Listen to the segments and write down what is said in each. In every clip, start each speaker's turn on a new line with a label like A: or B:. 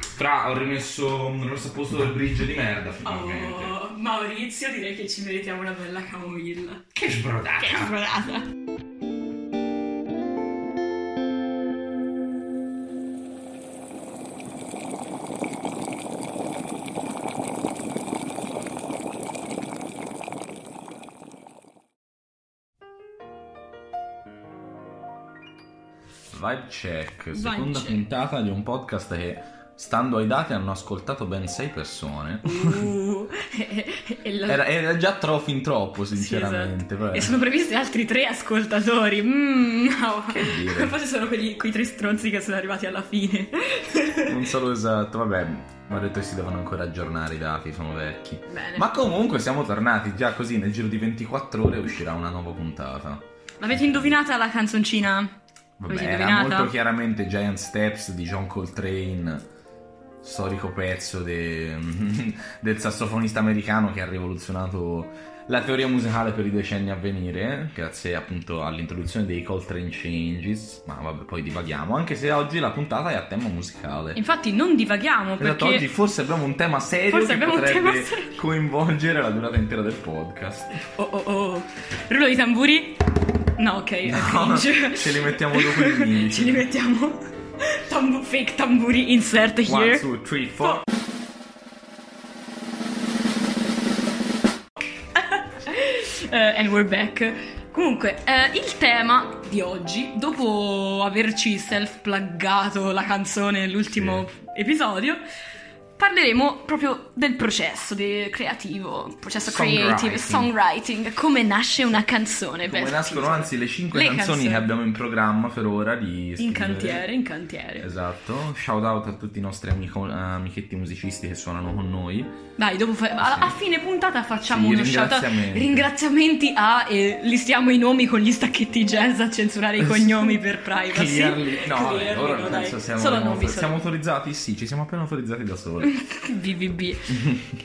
A: Fra, ho rimesso il rosso a posto del bridge di merda, finalmente.
B: Oh, Maurizio, direi che ci meritiamo una bella camomilla.
A: Che sbrodata!
B: Che sbrodata!
C: Vibe Check,
B: Vibe
C: seconda
B: check.
C: puntata di un podcast che, stando ai dati, hanno ascoltato ben sei persone.
B: Uh, e- e- e la-
C: Era, era già tro- fin troppo,
B: Sì,
C: sinceramente.
B: esatto.
C: vabbè.
B: E sono previsti altri tre ascoltatori. Mm, no.
C: dire.
B: Forse sono quelli, quei tre stronzi che sono arrivati alla fine.
C: Non so esatto, vabbè, mi ha detto che si devono ancora aggiornare i dati, sono vecchi.
B: Bene.
C: Ma comunque siamo tornati, già così nel giro di 24 ore uscirà una nuova puntata.
B: L'avete indovinata la canzoncina?
C: Vabbè,
B: Avete
C: era
B: indovinato?
C: molto chiaramente Giant Steps di John Coltrane, storico pezzo de- del sassofonista americano che ha rivoluzionato la teoria musicale per i decenni a venire, grazie appunto all'introduzione dei Coltrane Changes, ma vabbè, poi divaghiamo, anche se oggi la puntata è a tema musicale.
B: Infatti non divaghiamo
C: Esatto,
B: Eh, perché...
C: oggi forse abbiamo un tema serio
B: Forse
C: che
B: abbiamo un
C: potrebbe
B: tema serio.
C: coinvolgere la durata intera del podcast.
B: Oh oh oh. Rullo di tamburi? No, ok. è
C: No,
B: cringe.
C: ce li mettiamo dopo il limite.
B: ce li mettiamo. Tambu- fake tamburi insert here.
C: One, two, three, four.
B: Eh, and we're back. Comunque, eh, il tema di oggi, dopo averci self-pluggato la canzone nell'ultimo episodio, parleremo proprio del processo de- creativo, processo creative,
C: Songwriting.
B: songwriting, come nasce una canzone.
C: Come
B: bel
C: nascono
B: titolo.
C: anzi le cinque
B: Le
C: canzoni,
B: canzoni.
C: che abbiamo in programma per ora di
B: In
C: scrivere.
B: cantiere, in cantiere.
C: Esatto, shout out a tutti i nostri amico- amichetti musicisti che suonano con noi.
B: Dai, dopo fa- a,
C: Eh, Sì.
B: a fine puntata facciamo
C: Sì,
B: uno shout out.
C: ringraziamenti.
B: Ringraziamenti a e listiamo i nomi con gli stacchetti jazz a censurare i cognomi per privacy.
C: Eh, Clearly. No, vabbè,
B: Clearly,
C: ora
B: no,
C: penso
B: dai.
C: siamo,
B: Solo nomi, solo-
C: siamo autorizzati? Sì, ci siamo appena autorizzati da soli.
B: BBB.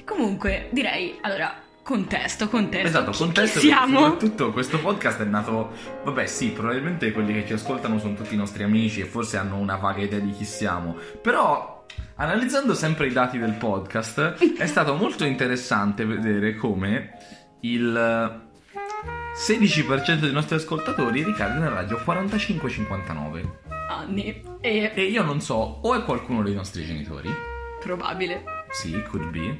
B: Comunque, direi, allora, contesto, contesto.
C: Esatto,
B: Chi-
C: contesto
B: chi
C: che
B: siamo?
C: soprattutto questo podcast è nato, vabbè sì, probabilmente quelli che ci ascoltano sono tutti i nostri amici e forse hanno una vaga idea di chi siamo, però analizzando sempre i dati del podcast è stato molto interessante vedere come il 16% dei nostri ascoltatori ricade nel raggio 45-59
B: Anni. E
C: e io non so, o è qualcuno dei nostri genitori,
B: probabile.
C: sì, could be.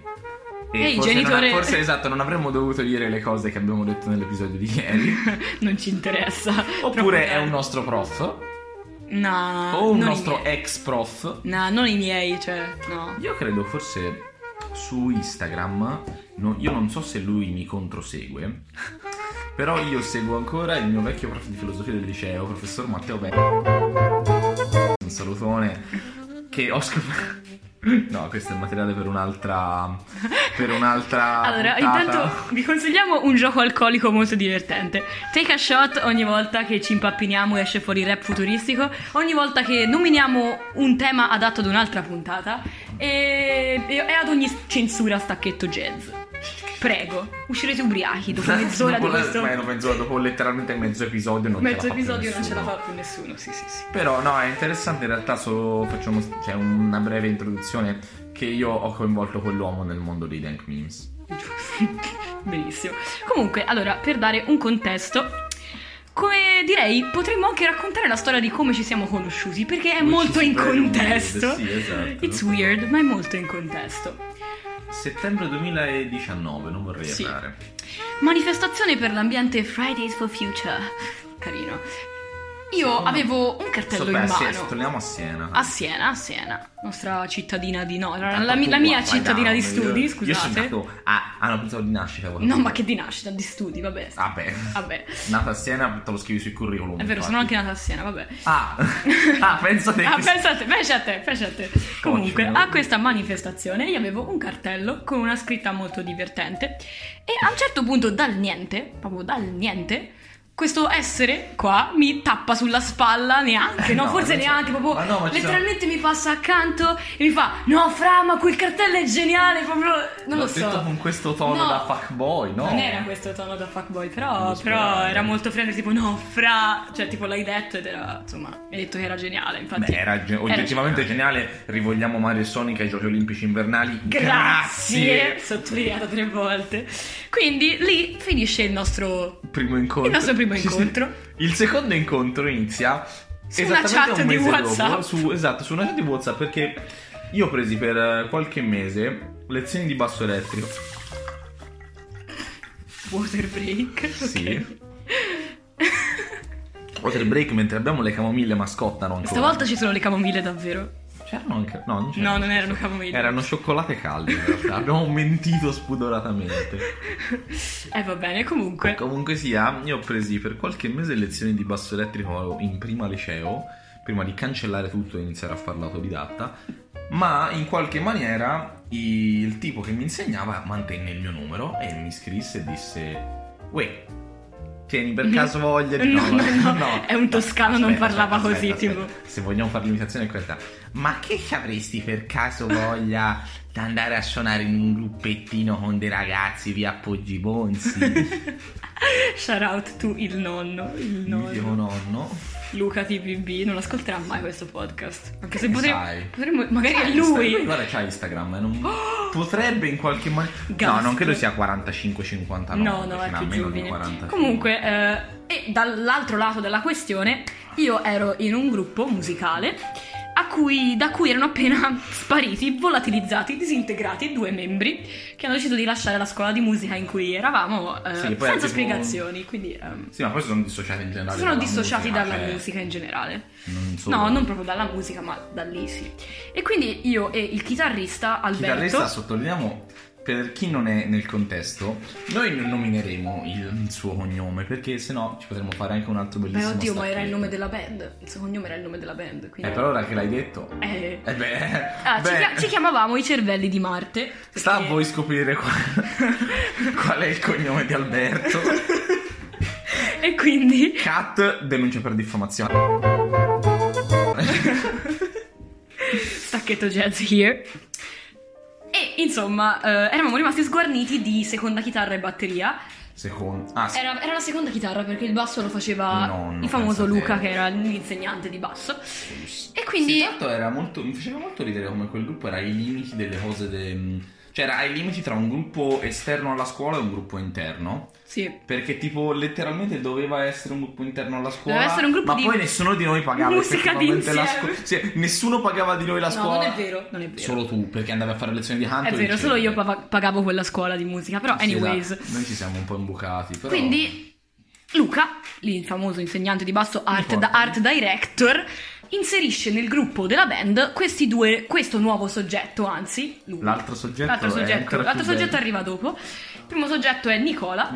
B: Ehi,
C: forse, non-
B: genitore.
C: forse esatto, non avremmo dovuto dire le cose che abbiamo detto nell'episodio di ieri.
B: Non ci interessa.
C: Oppure è un nostro prof
B: No.
C: o un
B: Ah, non i
C: nostro
B: miei.
C: ex prof.
B: No, non i miei, cioè, no.
C: Io credo forse su Instagram, no- io non so se lui mi controsegue, però io seguo ancora il mio vecchio prof di filosofia del liceo, professor Matteo Be. Un salutone che ho scoperto. No, questo è materiale per un'altra. Per un'altra.
B: Allora,
C: puntata.
B: intanto vi consigliamo un gioco alcolico molto divertente. Take a shot ogni volta che ci impappiniamo e esce fuori rap futuristico, ogni volta che nominiamo un tema adatto ad un'altra puntata e, e- e ad ogni censura stacchetto jazz. Prego, uscirete ubriachi dopo mezz'ora di
C: Dopo la-
B: questo
C: ma era mezz'ora, dopo letteralmente mezzo episodio non ce
B: mezzo
C: la fa più
B: episodio non ce la
C: nessuno.
B: fa più nessuno, sì sì sì.
C: Però no, è interessante in realtà solo facciamo c'è una breve introduzione che io ho coinvolto quell'uomo nel mondo dei dank memes.
B: Benissimo. Comunque, allora, per dare un contesto, come direi, potremmo anche raccontare la storia di come ci siamo conosciuti, perché è
C: Which
B: molto
C: is
B: in
C: very weird,
B: contesto.
C: sì, esatto.
B: It's weird, ma è molto in contesto.
C: Settembre 2019, non vorrei
B: Sì.
C: errare.
B: Manifestazione per l'ambiente Fridays for Future. Carino. Io
C: Sì.
B: avevo un cartello
C: Sopra-
B: in
C: sì,
B: mano.
C: torniamo a Siena.
B: A Siena, a Siena, nostra cittadina di no, la,
C: Tanto
B: la mi-
C: tu
B: la mia
C: qua fai
B: cittadina di
C: down,
B: studi,
C: io- Io sono
B: scusate.
C: nato a, a una persona di nascita. volevo
B: no,
C: dire.
B: ma che di nascita, di studi, vabbè.
C: Vabbè,
B: Vabbè.
C: nata a Siena te lo scrivi sui curriculum.
B: È vero,
C: Ah, infatti.
B: sono anche nata a Siena, vabbè.
C: Ah, ah pensate
B: Ah,
C: che...
B: pensate, pensate, pensate. Comunque,
C: no.
B: a questa manifestazione io avevo un cartello con una scritta molto divertente e a un certo punto dal niente, proprio dal niente, questo essere qua mi tappa sulla spalla neanche,
C: Eh,
B: no,
C: no,
B: forse
C: senza-
B: neanche, proprio
C: Ma no, ma ci sono-
B: letteralmente mi passa accanto e mi fa "No, Fra, ma quel cartello è geniale", proprio non
C: L'ho
B: lo so.
C: detto con questo tono
B: No.
C: da fuckboy, no?
B: Non era questo tono da fuckboy, però,
C: Lo speravo.
B: però era molto friendly, tipo no, fra, cioè tipo l'hai detto ed era, insomma, mi hai detto che era geniale, infatti. eh,
C: Beh, era ge- oggettivamente geniale. Rivogliamo Mario e Sonic ai giochi olimpici invernali.
B: Grazie, sottolineato tre volte. Quindi lì finisce il nostro
C: Primo incontro.
B: Il nostro primo
C: Sì, sì.
B: incontro.
C: Il secondo incontro inizia
B: Su una
C: esattamente
B: chat
C: un
B: di
C: mese
B: WhatsApp.
C: dopo, su, esatto, su una chat di WhatsApp perché io ho presi per eh, qualche mese lezioni di basso elettrico.
B: water break.
C: Sì.
B: ok.
C: Water break mentre abbiamo le camomille mascottano ancora.
B: Stavolta ci sono le camomille davvero.
C: c'erano anche No, non, c'erano.
B: No, non erano camomille.
C: Erano cioccolate calde in realtà. abbiamo mentito spudoratamente.
B: Eh va bene, comunque.
C: Comunque sia, io ho presi per qualche mese lezioni di basso elettrico in prima liceo, prima di cancellare tutto e iniziare a fare l'autodidatta, ma in qualche maniera i- il tipo che mi insegnava mantenne il mio numero e mi scrisse e disse, uè, tieni per
B: No.
C: caso voglia di...
B: Mm-hmm. No, no, no, è un toscano, non parlava così, tipo.
C: Se vogliamo fare l'imitazione è questa. Ma che ci avresti per caso voglia di andare a suonare in un gruppettino con dei ragazzi via Poggi Bonzi?
B: Shout out to il nonno, il
C: Il mio
B: nonno.
C: nonno.
B: Luca TPB non ascolterà mai questo podcast. Anche se
C: Che
B: potre-
C: sai?
B: potremmo magari
C: C'ha
B: è
C: Insta-
B: lui.
C: Guarda, c'ha Instagram. eh, non- Potrebbe in qualche maniera. No,
B: Gasp.
C: non credo sia 45-59.
B: No, no, è
C: fino a meno
B: più
C: di
B: giovane.
C: 45.
B: Comunque, eh, e dall'altro lato della questione, io ero in un gruppo musicale a cui- da cui erano appena spariti, volatilizzati, disintegrati due membri che hanno deciso di lasciare la scuola di musica in cui eravamo eh,
C: Sì, che poi era tipo-
B: senza spiegazioni, quindi ehm,
C: Sì, ma poi si sono dissociati in generale.
B: si sono
C: dalla
B: dissociati
C: musica,
B: dalla
C: cioè,
B: musica in generale.
C: Non so.
B: No, non proprio dalla musica, ma da lì sì. E quindi io e il chitarrista Alberto...
C: Chitarrista, sottolineiamo. Per chi non è nel contesto, noi non nomineremo il, il suo cognome perché sennò ci potremmo fare anche un altro
B: Beh,
C: bellissimo.
B: oddio, ma era il
C: stacchetto.
B: nome della band. Il suo cognome era il nome della band, quindi...
C: Eh, però ora che l'hai detto.
B: Eh.
C: Eh beh,
B: Ah, ci,
C: beh,
B: chia- ci chiamavamo i cervelli di Marte. perché-
C: Sta a voi scoprire qual, qual è il cognome di Alberto.
B: E quindi.
C: Cat denuncia per diffamazione.
B: Stacchetto jazz here. E insomma, eh, eravamo rimasti sguarniti di seconda chitarra e batteria.
C: Secondo. Ah, sì.
B: Era, era la seconda chitarra perché il basso lo faceva
C: Nonno,
B: il famoso
C: pensate.
B: Luca, che era l'insegnante di basso. E
C: Sì,
B: quindi.
C: tanto era molto. Mi faceva molto ridere come quel gruppo era ai limiti delle cose. de- Cioè, era ai limiti tra un gruppo esterno alla scuola e un gruppo interno.
B: Sì.
C: Perché, tipo, letteralmente doveva essere un gruppo interno alla scuola.
B: Doveva essere un gruppo
C: ma
B: di
C: poi nessuno di noi pagava
B: musica
C: effettivamente la
B: d'insieme.
C: scuola. Sì, nessuno pagava di noi la
B: No,
C: scuola.
B: non è vero, non è vero.
C: Solo tu, perché andavi a fare lezioni di canto.
B: è
C: e
B: vero, solo io
C: ricevi.
B: pa- pagavo quella scuola di musica. Però,
C: Sì, esatto.
B: anyways.
C: Noi ci siamo un po' imbucati. Però...
B: Quindi Luca, lì il famoso insegnante di basso art,
C: Ricordo.
B: art director, inserisce nel gruppo della band questi due, questo nuovo soggetto, anzi, lui.
C: L'altro soggetto.
B: L'altro
C: è
B: soggetto,
C: ancora più
B: l'altro soggetto
C: bello.
B: arriva dopo. Il primo soggetto è Nicola.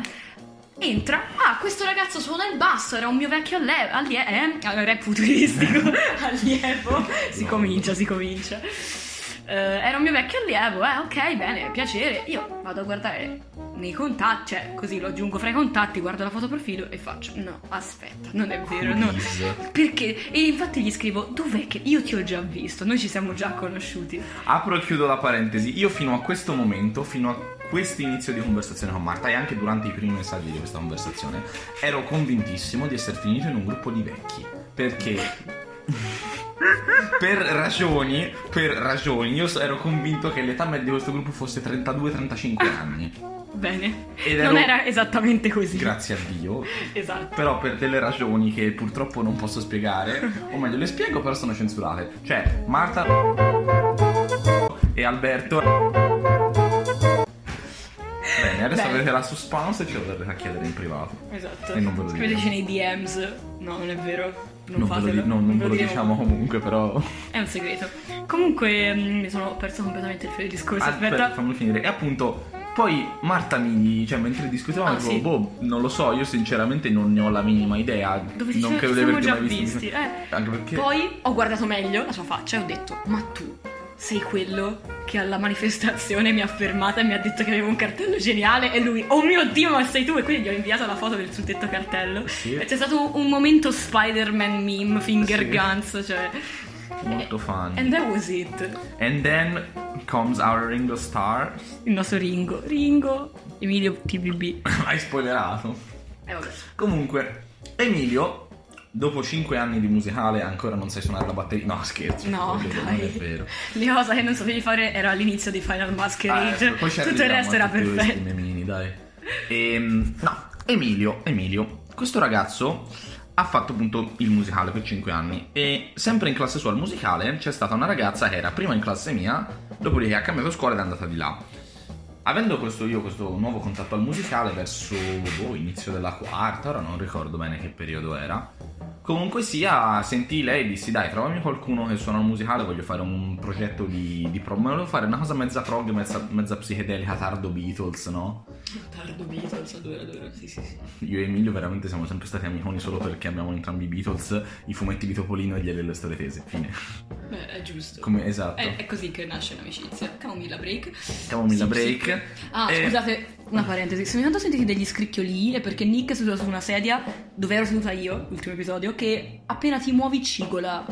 B: Entra, ah, questo ragazzo suona il basso, era un mio vecchio alle- allie- eh, eh, rap futuristico, allievo, si
C: No.
B: comincia, si comincia. Eh, era un mio vecchio allievo, eh, ok, bene, piacere. Io vado a guardare nei contatti, cioè così lo aggiungo fra i contatti, guardo la foto profilo e faccio, no, aspetta, non è vero, no.
C: Cookies.
B: Perché? E infatti gli scrivo, dov'è che io ti ho già visto, noi ci siamo già conosciuti.
C: Apro e chiudo la parentesi. Io fino a questo momento, fino a questo inizio di conversazione con Marta e anche durante i primi messaggi di questa conversazione, ero convintissimo di essere finito in un gruppo di vecchi. Perché? Per ragioni, per ragioni, io ero convinto che l'età media di questo gruppo fosse 32-35 anni.
B: Bene.
C: Ed
B: Non
C: ero-
B: era esattamente così.
C: Grazie a Dio.
B: Esatto.
C: Però per delle ragioni che purtroppo non posso spiegare, o meglio le spiego però sono censurate. Cioè, Marta e Alberto... Bene, adesso
B: Bene.
C: avete la suspense e ce lo dovrete chiedere in privato.
B: Esatto.
C: E non ve lo
B: Scriveteci nei DMs. No, non è vero. Non,
C: Non, ve
B: fatelo.
C: lo, di- no, non
B: Non
C: ve lo
B: diremo.
C: diciamo comunque però...
B: È un segreto. Comunque mm, mi sono perso completamente il filo del discorso. Aspetta.
C: Aspetta, fammi Ah, finire. E appunto, poi Marta mi, cioè mentre discutevamo,
B: Ah,
C: dicevo,
B: sì.
C: boh, non lo so, io sinceramente non ne ho la minima idea. non
B: Dove diceva che
C: credo di
B: siamo
C: averti
B: già
C: mai visto.
B: visti, eh.
C: Anche perché...
B: Poi ho guardato meglio la sua faccia e ho detto: Ma tu sei quello che alla manifestazione mi ha fermata e mi ha detto che avevo un cartello geniale e lui, oh mio Dio, ma sei tu? E quindi gli ho inviato la foto del suddetto cartello.
C: Sì.
B: E C'è stato un momento Spider-Man meme, finger
C: Sì.
B: guns, cioè...
C: Molto fun.
B: And that was it.
C: And then comes our Ringo Star.
B: Il nostro Ringo. Ringo, Emilio TBB.
C: Hai spoilerato.
B: Eh, vabbè.
C: Comunque, Emilio, dopo 5 anni di musicale, ancora non sai suonare la batteria. No, scherzo.
B: No,
C: non è vero, non
B: dai.
C: è vero.
B: Le cose che non sapevi fare era all'inizio di Final
C: Ah,
B: Masquerade.
C: ecco, poi ci
B: Tutto il
C: arriviamo
B: resto
C: a
B: era
C: tutti questi
B: perfetto.
C: memini, dai. Ehm, no, Emilio, Emilio, questo ragazzo ha fatto appunto il musicale per 5 anni e sempre in classe sua al musicale c'è stata una ragazza che era prima in classe mia, dopodiché ha cambiato scuola ed è andata di là. Avendo questo io questo nuovo contatto al musicale verso boh, inizio della quarta, ora non ricordo bene che periodo era. Comunque sia, sentì lei e dissi dai, trovami qualcuno che suona un musicale, voglio fare un progetto di, di prog, ma volevo fare una cosa mezza prog, mezza, mezza psichedelica, tardo Beatles, no?
B: Tardo Beatles, allora, allora, sì, sì, sì.
C: Io e Emilio veramente siamo sempre stati amiconi solo perché abbiamo entrambi i Beatles, i fumetti di Topolino e gli alle storie tese, fine.
B: Beh, è giusto.
C: Come, esatto.
B: così che nasce un'amicizia. Camomilla break.
C: Camomilla
B: Eh, sì,
C: break. Eh,
B: Ah,
C: E-
B: scusate, una parentesi. Se mi tanto sentite degli scricchiolii è perché Nick è seduto su una sedia dove ero seduta io, l'ultimo episodio, che appena ti muovi cigola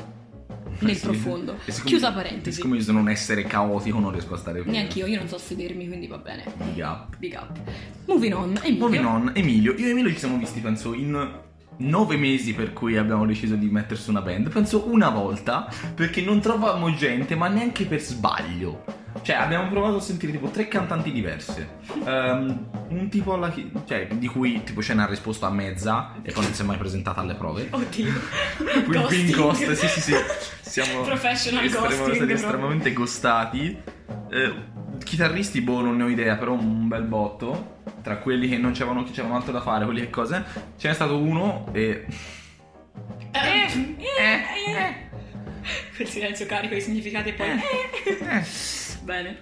B: nel
C: Eh Sì.
B: profondo.
C: E siccome-
B: Chiusa parentesi.
C: e Siccome io sono un essere caotico, non riesco a stare qui.
B: Neanche io, io non so sedermi, quindi va bene.
C: Big up.
B: Big up. Moving on. Emilio.
C: Moving on, Emilio. Io e Emilio ci siamo visti, penso, in nove mesi per cui abbiamo deciso di mettersi una band. Penso una volta, perché non trovavamo gente, ma neanche per sbaglio. Cioè, abbiamo provato a sentire tipo tre cantanti diverse. Ehm, un tipo alla chi- cioè, di cui tipo ce n'ha risposto a mezza e poi non si è mai presentata alle prove.
B: Oddio.
C: Quindi
B: Ghosting.
C: ghost, sì, sì, sì. Siamo
B: Professional
C: estremo-
B: ghosting,
C: stati
B: no?
C: estremamente ghostati. Eh, chitarristi, boh, non ne ho idea, però un bel botto. Tra quelli che non c'erano, che c'erano altro da fare, quelli che cose. Ce n'è stato uno e.
B: Eh,
C: eh,
B: eh, eh. Quel silenzio carico di significati e poi...
C: eh.
B: Bene.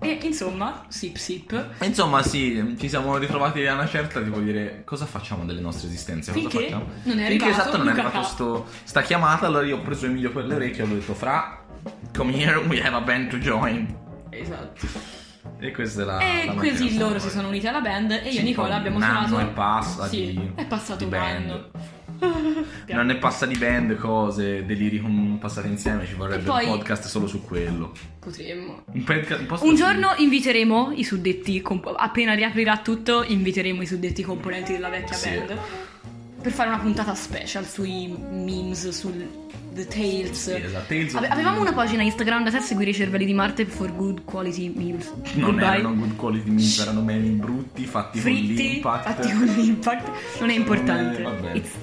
B: E insomma, sip sip.
C: Insomma, sì, ci siamo ritrovati a una certa, tipo dire cosa facciamo delle nostre esistenze? Cosa
B: Finché
C: facciamo?
B: non è
C: Finché
B: arrivato
C: esatto non è
B: Luca
C: arrivato
B: K.
C: sto, sta chiamata, allora io ho preso Emilio per le orecchie e ho detto fra. Come here, we have a band to join.
B: Esatto.
C: E questa è la.
B: E
C: Ah, la
B: così
C: mattina
B: loro
C: sonora.
B: si sono uniti alla band e io
C: Sì,
B: e Nicola
C: poi
B: abbiamo
C: un anno
B: suonato.
C: e passa
B: Sì,
C: di-
B: è passato
C: di
B: un
C: band.
B: anno.
C: Non ne passa di band, cose, deliri con- passati insieme, ci vorrebbe
B: E poi-
C: un podcast solo su quello.
B: Potremmo.
C: Un, podca- un post-
B: Un giorno inviteremo i suddetti, comp- appena riaprirà tutto, inviteremo i suddetti componenti della vecchia
C: Sì.
B: band per fare una puntata special sui memes, sul The Tales.
C: Sì, esatto. Tales of-
B: Ave- avevamo una pagina Instagram da te seguire i cervelli di Marte for good quality memes.
C: Non
B: Goodbye.
C: erano good quality news, erano meme brutti fatti con
B: fritti,
C: l'impact.
B: fatti con l'impact, non è importante.
C: Eh, vabbè.
B: It's-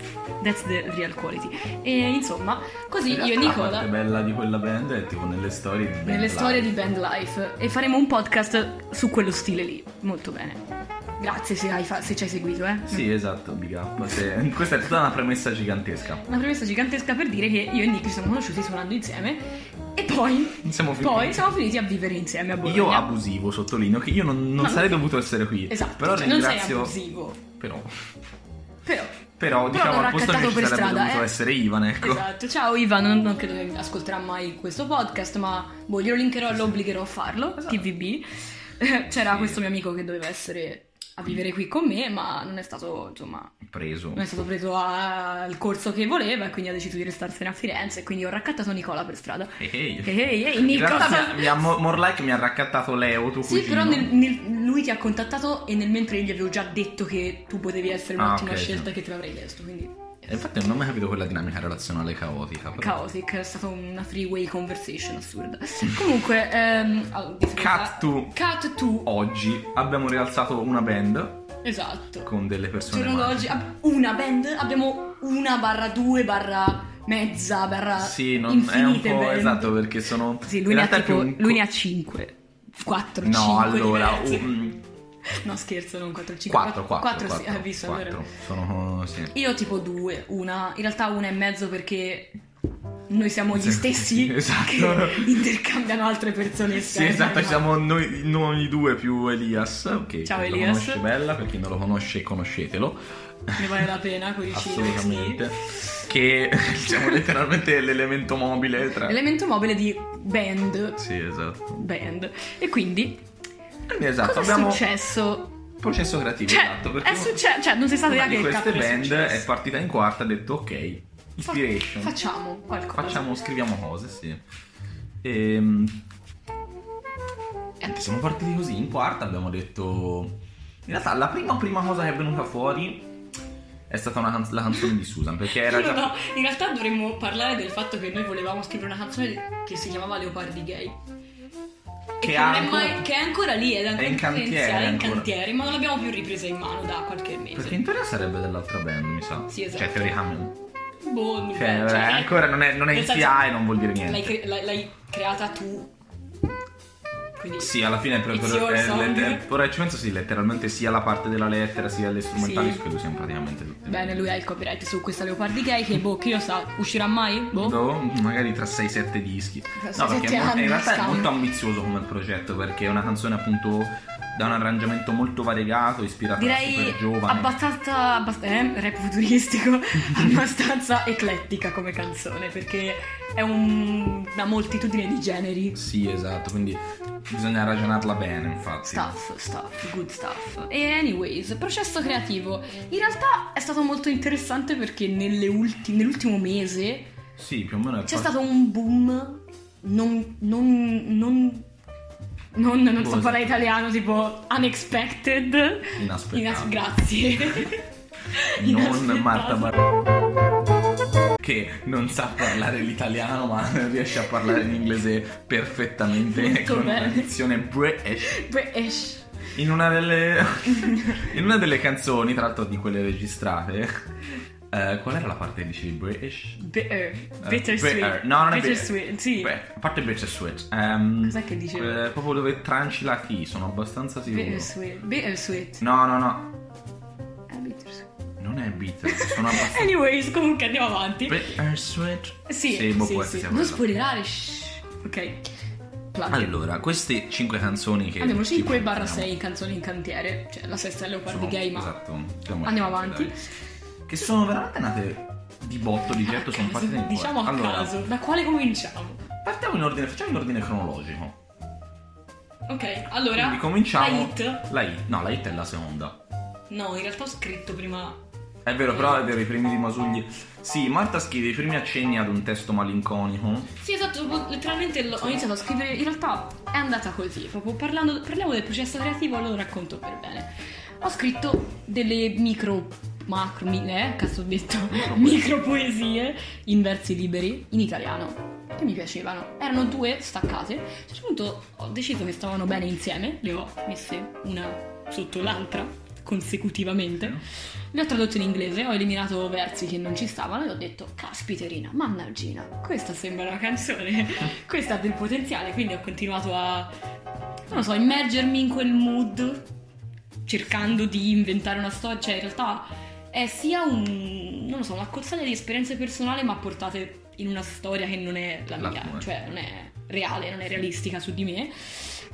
B: that's the real quality. E insomma, così
C: In
B: io e
C: realtà La parte
B: Nicola
C: bella di quella band è tipo nelle storie di band
B: nelle storie di
C: live.
B: Band Life e faremo un podcast su quello stile lì. Molto bene. Grazie se, hai fa- se ci hai seguito, eh.
C: Sì, esatto, big up. Se- Questa è tutta una premessa gigantesca.
B: Una premessa gigantesca per dire che io e Nick ci siamo conosciuti suonando insieme e poi,
C: Siamo finiti.
B: poi siamo finiti a vivere insieme a Bologna.
C: Io abusivo, sottolineo che io non, non
B: No,
C: sarei
B: non-
C: dovuto essere qui.
B: Esatto,
C: Però
B: cioè, non sei
C: ringrazio.
B: abusivo,
C: Però.
B: però...
C: Però, diciamo
B: l'ho
C: al posto che
B: raccattato
C: ci
B: per
C: sarebbe
B: strada,
C: dovuto
B: eh.
C: essere Ivan, ecco.
B: Esatto, ciao Ivan, non, non credo che ascolterà mai questo podcast, ma boh, glielo linkerò e lo obbligherò a farlo,
C: Esatto.
B: TVB. Eh, C'era
C: Sì.
B: questo mio amico che doveva essere a vivere qui con me, ma non è stato, insomma,
C: Preso.
B: non è stato preso a- al corso che voleva e quindi ha deciso di restarsene a Firenze e quindi ho raccattato Nicola per strada.
C: Ehi, Eh, ehi.
B: Eh, Ehi, ehi, ehi,
C: In
B: Nicola!
C: realtà mi ha, mi ha mo- more like mi ha raccattato Leo, tu
B: Sì, però nel- nel- lui ti ha contattato e nel mentre io gli avevo già detto che tu potevi essere
C: Ah,
B: un'ottima
C: ok, sì.
B: scelta che te l'avrei chiesto, quindi...
C: Eh, Infatti non ho mai capito quella dinamica relazionale caotica. però.
B: Chaotic, è stata una three-way conversation assurda. Comunque, ehm, all- di ah,
C: Cut to-
B: Cut to-
C: Oggi abbiamo rialzato una band
B: Esatto.
C: con delle
B: Al
C: persone
B: giorno
C: magiche.
B: d'oggi ab- una band, abbiamo una barra due barra mezza barra
C: Sì, non è un
B: infinite
C: po'
B: band.
C: esatto perché sono
B: Sì,
C: in
B: lui ne ha
C: realtà è
B: tipo
C: più un
B: lui ne
C: co-
B: ha 5. 4
C: No,
B: 5
C: allora, mm,
B: diverse.
C: un-
B: No, scherzo, non 4 5.
C: 4, 4,
B: 4 sì, hai visto allora.
C: Sono sì.
B: Io tipo due, una, in realtà una e mezzo perché Noi siamo gli
C: Sì,
B: stessi
C: esatto.
B: che intercambiano altre persone.
C: Sì,
B: esterni.
C: esatto, siamo noi, noi due più Elias, che
B: Ciao,
C: lo
B: Elias.
C: conosce Bella, per chi non lo conosce conoscetelo,
B: Ne vale la pena con i
C: assolutamente, che siamo letteralmente l'elemento mobile tra...
B: Elemento mobile di band.
C: Sì, esatto.
B: Band. E quindi
C: Quindi, esatto,
B: cosa
C: abbiamo
B: è successo?
C: un processo creativo,
B: Cioè,
C: esatto, perché
B: è successo, cioè non si sa
C: una
B: neanche
C: di
B: che
C: queste
B: cazzo è
C: band è,
B: successo.
C: partita in quarta, ha detto ok,
B: Fa-
C: inspiration,
B: Facciamo qualcosa.
C: facciamo, scriviamo cose, sì. Ehm, niente, siamo partiti così in quarta, abbiamo detto... In realtà la prima, prima cosa che è venuta fuori è stata una canz- la canzone di Susan, perché era
B: No,
C: già...
B: no, in realtà dovremmo parlare del fatto che noi volevamo scrivere una canzone che si chiamava Leopardi Gay. E
C: Che
B: che,
C: ha
B: non è mai-
C: ancora-
B: che è ancora lì, ed è ancora
C: in cantiere
B: iniziale, in
C: ancora.
B: cantiere, ma non l'abbiamo più ripresa in mano da qualche mese.
C: Perché in teoria sarebbe dell'altra band, mi sa.
B: Sì, esatto.
C: Cioè, teoricamente.
B: Boh, non
C: Cioè,
B: penso.
C: vabbè, ancora non è, non è
B: nel
C: in
B: senso,
C: TI, non vuol dire
B: L'hai,
C: niente.
B: cre- l'hai- l'hai creata tu. Quindi
C: Sì, alla fine per,
B: It's
C: per,
B: your
C: eh,
B: song.
C: le- ora ci penso, sì, letteralmente sia la parte della lettera sia le strumentali,
B: Sì.
C: credo siano praticamente tutte.
B: Bene, lui ha il copyright su questa Leopardi Gay che, boh, chi lo sa, uscirà mai? Boh.
C: Boh, magari tra 6-7 dischi.
B: Tra
C: No, perché
B: 6-7
C: è mo-
B: anni,
C: in realtà è
B: scam.
C: molto ambizioso come progetto perché è una canzone appunto da un arrangiamento molto variegato, ispirato a
B: Direi
C: super giovane.
B: abbastanza, abbast- eh, rap futuristico, abbastanza eclettica come canzone, perché è un- una moltitudine di generi.
C: sì, esatto, quindi bisogna ragionarla bene, infatti.
B: Stuff, stuff, good stuff. E anyways, processo creativo. In realtà è stato molto interessante perché nelle ulti- nell'ultimo mese
C: Sì, più o meno è
B: c'è
C: par-
B: stato un boom non... non... non... non, non so
C: Cosa?
B: parlare italiano, tipo unexpected.
C: Inaspettato.
B: Inas- grazie.
C: non
B: Inaspettato.
C: Marta Barone che non sa parlare l'italiano ma riesce a parlare l'inglese perfettamente
B: Molto
C: con una
B: bene.
C: dizione british
B: British.
C: in una delle in una delle canzoni tra l'altro di quelle registrate eh, qual era la parte che dicevi british?
B: Bitter.
C: Eh,
B: Bittersweet.
C: bitter. No, non è
B: Bittersweet, sì.
C: Beh, a parte Bittersweet ehm,
B: Cos'è che dicevo?
C: eh, proprio dove tranci la T sono abbastanza sicuro
B: Bittersweet. Bittersweet.
C: no no no Mm.
B: Eh, bittersweet.
C: non è bitter sono abbastanza
B: Anyways, comunque andiamo avanti.
C: Bittersweet
B: sì,
C: sì, boh,
B: sì,
C: può essere
B: sì.
C: sia
B: Non
C: quella.
B: spoilerare. shh. Ok. Plug.
C: Allora, queste 5 canzoni che...
B: Abbiamo
C: ci
B: 5 barra
C: presentiamo
B: 6 canzoni in cantiere. Cioè, la sesta è Leopardi
C: sono-
B: Gay, ma
C: Esatto. siamo
B: andiamo
C: cinque,
B: avanti.
C: dai. Che sono veramente nate di botto, di getto, sono
B: Caso,
C: partite in
B: Diciamo a
C: cuore. Allora,
B: caso. Da quale cominciamo?
C: partiamo in ordine, facciamo in ordine cronologico.
B: Ok, allora.
C: Quindi cominciamo...
B: La hit?
C: La hit. No, la hit è la seconda.
B: No, in realtà ho scritto prima.
C: È vero, però è vero, i primi rimasugli... Sì, Marta scrive i primi accenni ad un testo malinconico.
B: Sì, esatto, proprio letteralmente l- ho iniziato a scrivere. In realtà è andata così. Proprio parlando, parliamo del processo creativo, allora lo racconto per bene. Ho scritto delle micro. macro. mi- eh, cazzo ho detto. micro poesie in versi liberi in italiano. Che mi piacevano. Erano due staccate. A un certo punto ho deciso che stavano bene insieme. Le ho messe una sotto l'altra consecutivamente. Le ho tradotte in inglese, ho eliminato versi che non ci stavano e ho detto, caspiterina, mannagina, questa sembra una canzone, questa ha del potenziale, quindi ho continuato a, non lo so, immergermi in quel mood, cercando di inventare una storia, cioè in realtà è sia un, non lo so, una cozzaglia di esperienze personali ma portate in una storia che non è la
C: La
B: mia,
C: tua.
B: cioè non è reale, non è realistica su di me.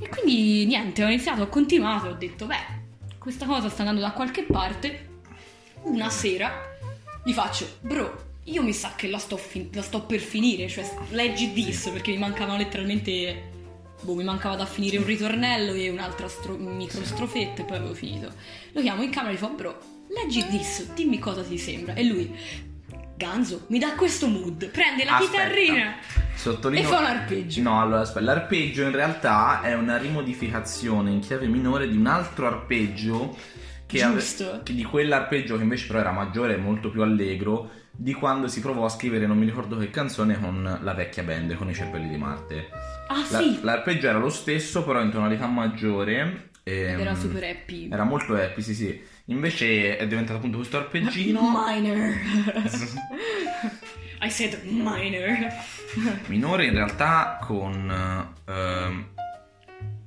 B: E quindi niente, ho iniziato, ho continuato, ho detto, beh, questa cosa sta andando da qualche parte. Una sera gli faccio, bro, io mi sa che la sto, fin- la sto per finire, cioè leggi this perché mi mancavano letteralmente... Boh, mi mancava da finire un ritornello e un'altra stro- micro strofetta e poi avevo finito. Lo chiamo in camera e gli fa, bro, leggi this, dimmi cosa ti sembra. E lui, Ganzo, mi dà questo mood, prende la
C: Aspetta.
B: chitarrina.
C: Sottolineo...
B: E fa un arpeggio.
C: No, allora aspetta, l'arpeggio in realtà è una rimodificazione in chiave minore di un altro arpeggio che ave-
B: Giusto.
C: che di quell'arpeggio che invece però era maggiore e molto più allegro di quando si provò a scrivere non mi ricordo che canzone con la vecchia band con i cervelli di Marte.
B: Ah
C: La-
B: sì,
C: L'arpeggio era lo stesso però in tonalità maggiore e,
B: era super happy.
C: era molto happy, sì, sì. Invece è diventato appunto questo arpeggino
B: Minor. I said minor.
C: minore in realtà con ehm,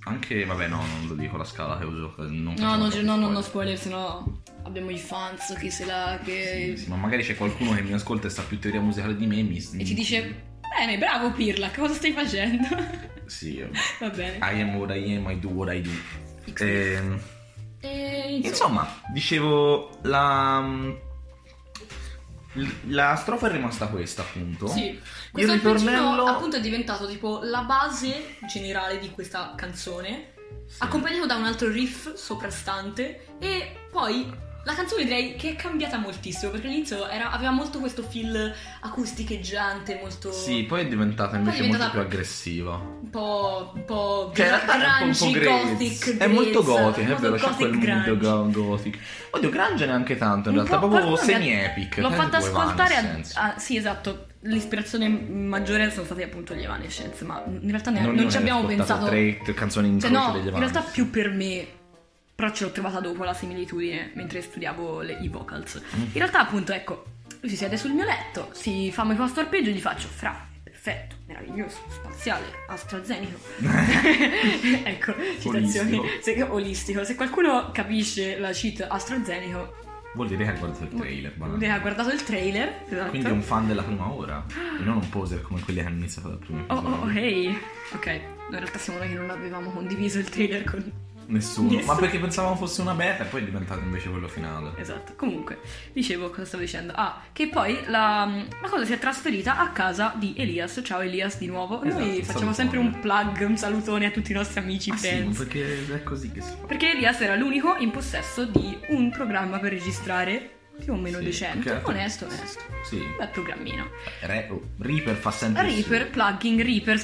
C: anche vabbè no non lo dico la scala che uso eh, non
B: No, no, no, no, no,
C: sì,
B: spoiler, sennò abbiamo i fans che se la... che...
C: sì, ma magari c'è qualcuno che mi ascolta e sa più teoria musicale di me e mi
B: E ti dice Bene, bravo Pirla, cosa stai facendo?
C: Sì, io-
B: Va bene.
C: I am what I am, I do what I do.
B: X.
C: Ehm,
B: E,
C: insomma, dicevo, la, la strofa è rimasta questa, appunto.
B: Sì.
C: Il
B: Questo
C: ritornello...
B: ritornello appunto è diventato tipo la base generale di questa canzone, accompagnato da un altro riff soprastante e poi la canzone direi che è cambiata moltissimo perché all'inizio era- aveva molto questo feel acusticheggiante, molto
C: Sì, poi è diventata invece
B: Poi è diventata-
C: molto più aggressiva.
B: un po', un po'
C: Cioè, in realtà è un po', un po'
B: grungy,
C: grezza.
B: gothic,
C: È molto
B: grezza,
C: gothic, è
B: molto
C: vero, c'è
B: gothic
C: quel mood
B: grunge.
C: go- gothic. Oddio, grunge neanche tanto in
B: Un
C: realtà,
B: po',
C: proprio
B: qualcuno mi ha-
C: semi-epic.
B: L'ho
C: eh,
B: fatta
C: tipo Evanescence.
B: ascoltare a, a- Sì, esatto. L'ispirazione maggiore sono stati appunto gli Evanescence, ma in realtà ne- non,
C: ne
B: ci
C: ho
B: abbiamo
C: ascoltato
B: pensato.
C: tre t- canzoni in
B: Cioè,
C: croce
B: no,
C: degli
B: in realtà
C: Evanescence.
B: più per me, però ce l'ho trovata dopo la similitudine mentre studiavo le- i vocals.
C: Mm.
B: In realtà, appunto, ecco, lui si siede sul mio letto, si fa un po' storpeggio e gli faccio fra. Perfetto, meraviglioso, spaziale, AstraZeneca. ecco, citazioni.
C: Olistico.
B: Se, olistico. Se qualcuno capisce la cheat AstraZeneca,
C: Vuol dire che ha guardato il trailer, banalmente.
B: ne ha guardato il trailer. Esatto.
C: Quindi è un fan della prima ora, e non un poser come quelli che hanno iniziato dal primo
B: Oh, oh, oh,
C: episodio.
B: hey. Ok, in realtà siamo noi che non avevamo condiviso il trailer con...
C: Nessuno.
B: Nessuno.
C: Ma perché pensavamo fosse una beta e poi è diventato invece quello finale.
B: Esatto, comunque, dicevo cosa stavo dicendo. Ah, che poi la, la cosa si è trasferita a casa di Elias. Ciao Elias di nuovo.
C: Esatto,
B: Noi
C: un
B: facciamo
C: salutone.
B: sempre un plug, un salutone a tutti i nostri amici,
C: Ah, sì,
B: fans.
C: perché è così che si fa.
B: Perché Elias era l'unico in possesso di un programma per registrare più o meno
C: Sì,
B: decente.
C: perché-
B: Onesto, onesto.
C: Sì.
B: Bel programmino.
C: Re- oh, Reaper fa sempre il suo.
B: Reaper, plugging, Reaper,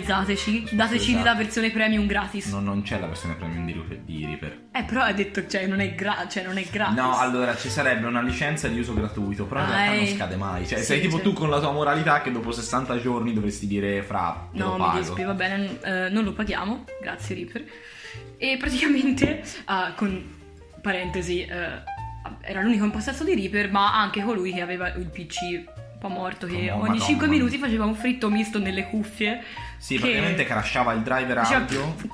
B: sponsorizzateci. Dateci
C: Esatto.
B: la versione premium gratis.
C: No, non c'è la versione premium di, Ru- di Reaper.
B: Eh, però hai detto, cioè, non è, gra- cioè, non è gratis.
C: No, allora ci sarebbe una licenza di uso gratuito, però in
B: Ah,
C: realtà non
B: eh.
C: scade mai. Cioè,
B: Sì,
C: sei tipo
B: cioè-
C: tu con la tua moralità che dopo 60 giorni dovresti dire fra te
B: No,
C: lo
B: mi
C: pago.
B: dispi, va bene, n- eh, non lo paghiamo, grazie Reaper. E praticamente, ah, con parentesi, eh, era l'unico in possesso di Reaper, ma anche colui che aveva il PC un po' morto, che
C: Oh,
B: ogni
C: Madonna.
B: 5 minuti faceva un fritto misto nelle cuffie,
C: Sì,
B: che- Diciamo
C: praticamente crashava il driver
B: faceva-
C: audio e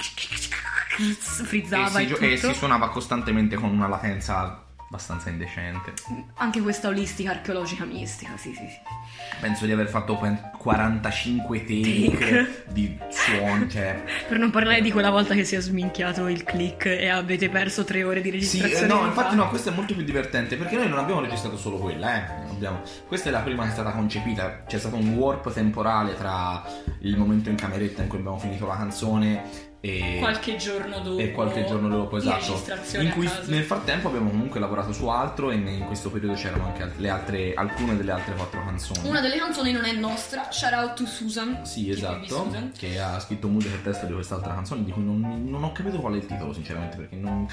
B: frizzava
C: si,
B: e,
C: gio-
B: tutto.
C: e si suonava costantemente con una latenza abbastanza indecente.
B: Anche questa olistica archeologica mistica, sì sì sì.
C: Penso di aver fatto pen- 45 take,
B: Take.
C: di suoni, cioè...
B: Per non parlare di quella volta che si è sminchiato il click e avete perso tre ore di
C: Sì,
B: registrazione.
C: eh, no,
B: di
C: infatti
B: fa.
C: no, questa è molto più divertente perché noi non abbiamo registrato solo quella, eh. non abbiamo- Questa è la prima che è stata concepita, c'è stato un warp temporale tra il momento in cameretta in cui abbiamo finito la canzone e
B: qualche giorno dopo
C: e qualche giorno dopo,
B: di
C: esatto.
B: registrazione
C: In
B: a
C: cui
B: casa.
C: nel frattempo abbiamo comunque lavorato su altro e in questo periodo c'erano anche al- le altre, alcune delle altre quattro canzoni.
B: una delle canzoni non è nostra shout out to Susan
C: Sì,
B: Che vivi,
C: esatto,
B: Susan.
C: che ha scritto musica e testo di quest'altra canzone di cui non, non ho capito qual è il titolo, sinceramente, perché non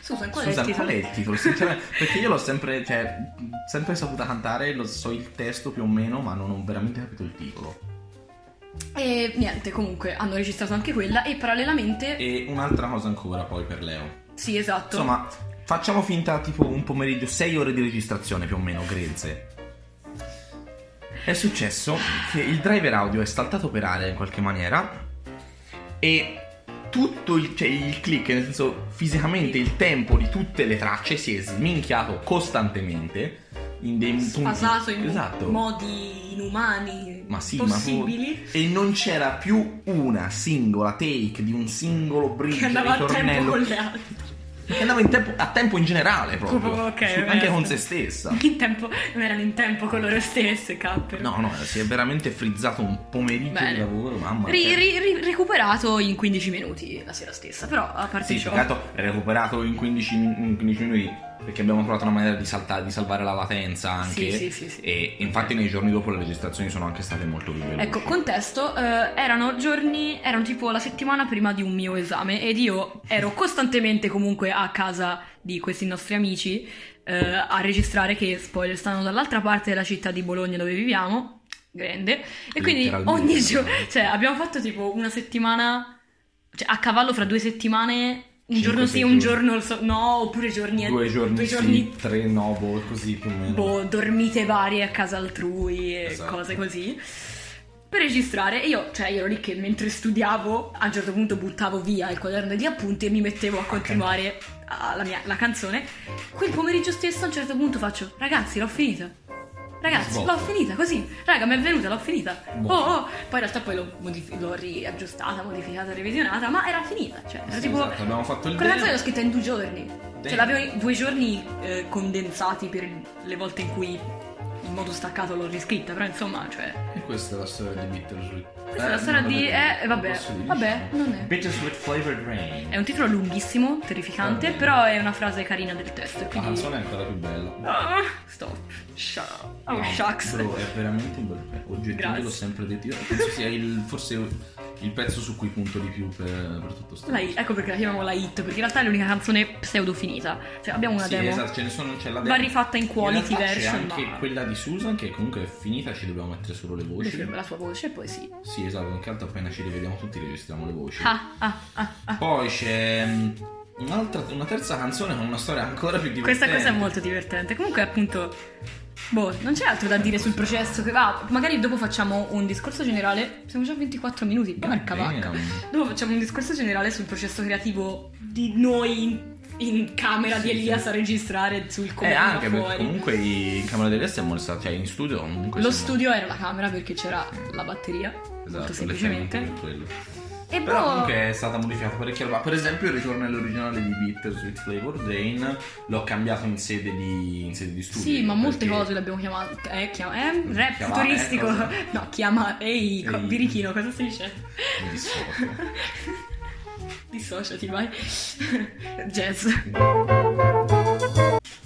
B: Susan qual è il
C: Scusa,
B: titolo?
C: qual è il titolo? Sinceramente, perché io l'ho sempre, cioè, sempre saputa cantare, lo so il testo più o meno, ma non ho veramente capito il titolo.
B: e niente comunque hanno registrato anche quella e parallelamente
C: E un'altra cosa ancora poi per Leo.
B: sì esatto
C: Insomma, facciamo finta tipo un pomeriggio, 6 ore di registrazione più o meno, grezze. È successo che il driver audio è saltato per aria in qualche maniera e tutto il, cioè, il click, nel senso fisicamente il tempo di tutte le tracce si è sminchiato costantemente in dei punti-
B: spasato in
C: esatto.
B: modi inumani
C: Ma sì, ma fu-
B: possibili
C: e non c'era più una singola take di un singolo
B: che
C: bridge
B: andava a tempo
C: ritornello
B: con le altre
C: che andava in tempo- a tempo in generale proprio
B: Oh, ok,
C: Su- anche
B: beh,
C: con
B: sì.
C: se stessa
B: in tempo non erano in tempo con loro stesse capper
C: Esatto. no no si è veramente frizzato un pomeriggio
B: Bene.
C: di lavoro mamma
B: Ri-
C: che-
B: ri- ri- recuperato in 15 minuti la sera stessa però a parte
C: sì,
B: ciò
C: giocato è recuperato in 15, min- in 15 minuti perché abbiamo trovato una maniera di, saltare, di salvare la latenza anche
B: Sì, sì, sì, sì.
C: e infatti nei giorni dopo le registrazioni sono anche state molto più veloci
B: Ecco, contesto, eh, erano giorni, erano tipo la settimana prima di un mio esame ed io ero costantemente comunque a casa di questi nostri amici eh, a registrare che, spoiler, stanno dall'altra parte della città di Bologna dove viviamo, grande, e quindi
C: Letteralmente.
B: ogni giorno, cioè abbiamo fatto tipo una settimana, cioè a cavallo fra due settimane, un
C: Cinque,
B: giorno sì,
C: sei
B: un
C: giorni.
B: giorno so- no, oppure giorni...
C: due giorni,
B: due
C: sì,
B: giorni-
C: tre no boh, così più o meno
B: boh, dormite varie a casa altrui e
C: Esatto.
B: cose così. Per registrare, e io, cioè, io ero lì che mentre studiavo, a un certo punto buttavo via il quaderno degli appunti e mi
C: Ah,
B: mettevo a continuare a- la, mia, la canzone. Quel pomeriggio stesso, a un certo punto faccio, ragazzi, l'ho finita. Ragazzi,
C: Svolta.
B: l'ho finita così. Raga, mi è venuta, l'ho finita.
C: Boh.
B: Oh, oh. Poi in realtà poi l'ho, modif- l'ho riaggiustata, modificata, revisionata, ma era finita. Cioè, era
C: Sì,
B: tipo.
C: esatto, abbiamo fatto il
B: Quella canzone
C: demo.
B: l'ho scritta in due giorni.
C: Damn.
B: Cioè, l'avevo in due giorni eh, condensati per le volte in cui in modo staccato l'ho riscritta, però insomma, cioè.
C: E questa è la storia di Beatles.
B: Questa è la storia di. Eh, vabbè. Vabbè, non è.
C: diciamo. Bittersweet Flavored Rain.
B: È un titolo lunghissimo, terrificante,
C: Vabbè.
B: però è una frase carina del testo.
C: La
B: Quindi.
C: canzone è ancora più bella.
B: Ah, stop. Shut up. Oh,
C: No,
B: shucks.
C: bro, è veramente un bel pezzo. Oggettivamente
B: Grazie.
C: l'ho sempre detto. Io penso sia il, forse il pezzo su cui punto di più per, per tutto sto.
B: La hit- ecco perché la chiamiamo la hit, perché in realtà è l'unica canzone pseudo finita. Cioè, abbiamo una
C: sì,
B: demo.
C: esatto, ce ne sono, c'è la
B: Va
C: demo.
B: rifatta in quality
C: In realtà
B: version,
C: C'è anche
B: ma-
C: quella di Susan, che comunque è finita, ci dobbiamo mettere solo le
B: Lui
C: voci.
B: scrive la sua voce e poi sì.
C: Sì, esatto, anche altro appena ci rivediamo tutti registriamo le voci.
B: Ah, ah, ah, ah.
C: Poi c'è mm, un'altra, una terza canzone con una storia ancora più divertente.
B: Questa cosa è molto divertente. Comunque, appunto. Boh, non c'è altro da dire sul processo che va. Magari dopo facciamo un discorso generale. Siamo già a 24 minuti,
C: Ah,
B: porca vacca. Dopo facciamo un discorso generale sul processo creativo di noi in, in camera
C: Sì,
B: di
C: sì.
B: Elias a registrare sul
C: E
B: come era
C: Eh, anche perché
B: fuori.
C: comunque in camera delle siamo stati, cioè in studio comunque
B: Lo
C: siamo-
B: studio era la camera perché c'era la batteria, molto
C: Esatto, letteralmente
B: semplicemente.
C: per quello.
B: E
C: Però
B: boh,
C: comunque è stata modificata parecchio roba. Per esempio il ritorno all'originale di Bitter Sweet Flavor Drain l'ho cambiato in sede di, in sede di studio.
B: Sì, ma molte
C: perché-
B: cose le abbiamo chiamate. Eh, chiama, eh, rap
C: Chiamare,
B: futuristico.
C: cosa?
B: No, chiama. Ehi, co-
C: Ehi.
B: birichino, cosa stai dicendo?
C: Mi dissocio.
B: Dissociati, vai. Jazz.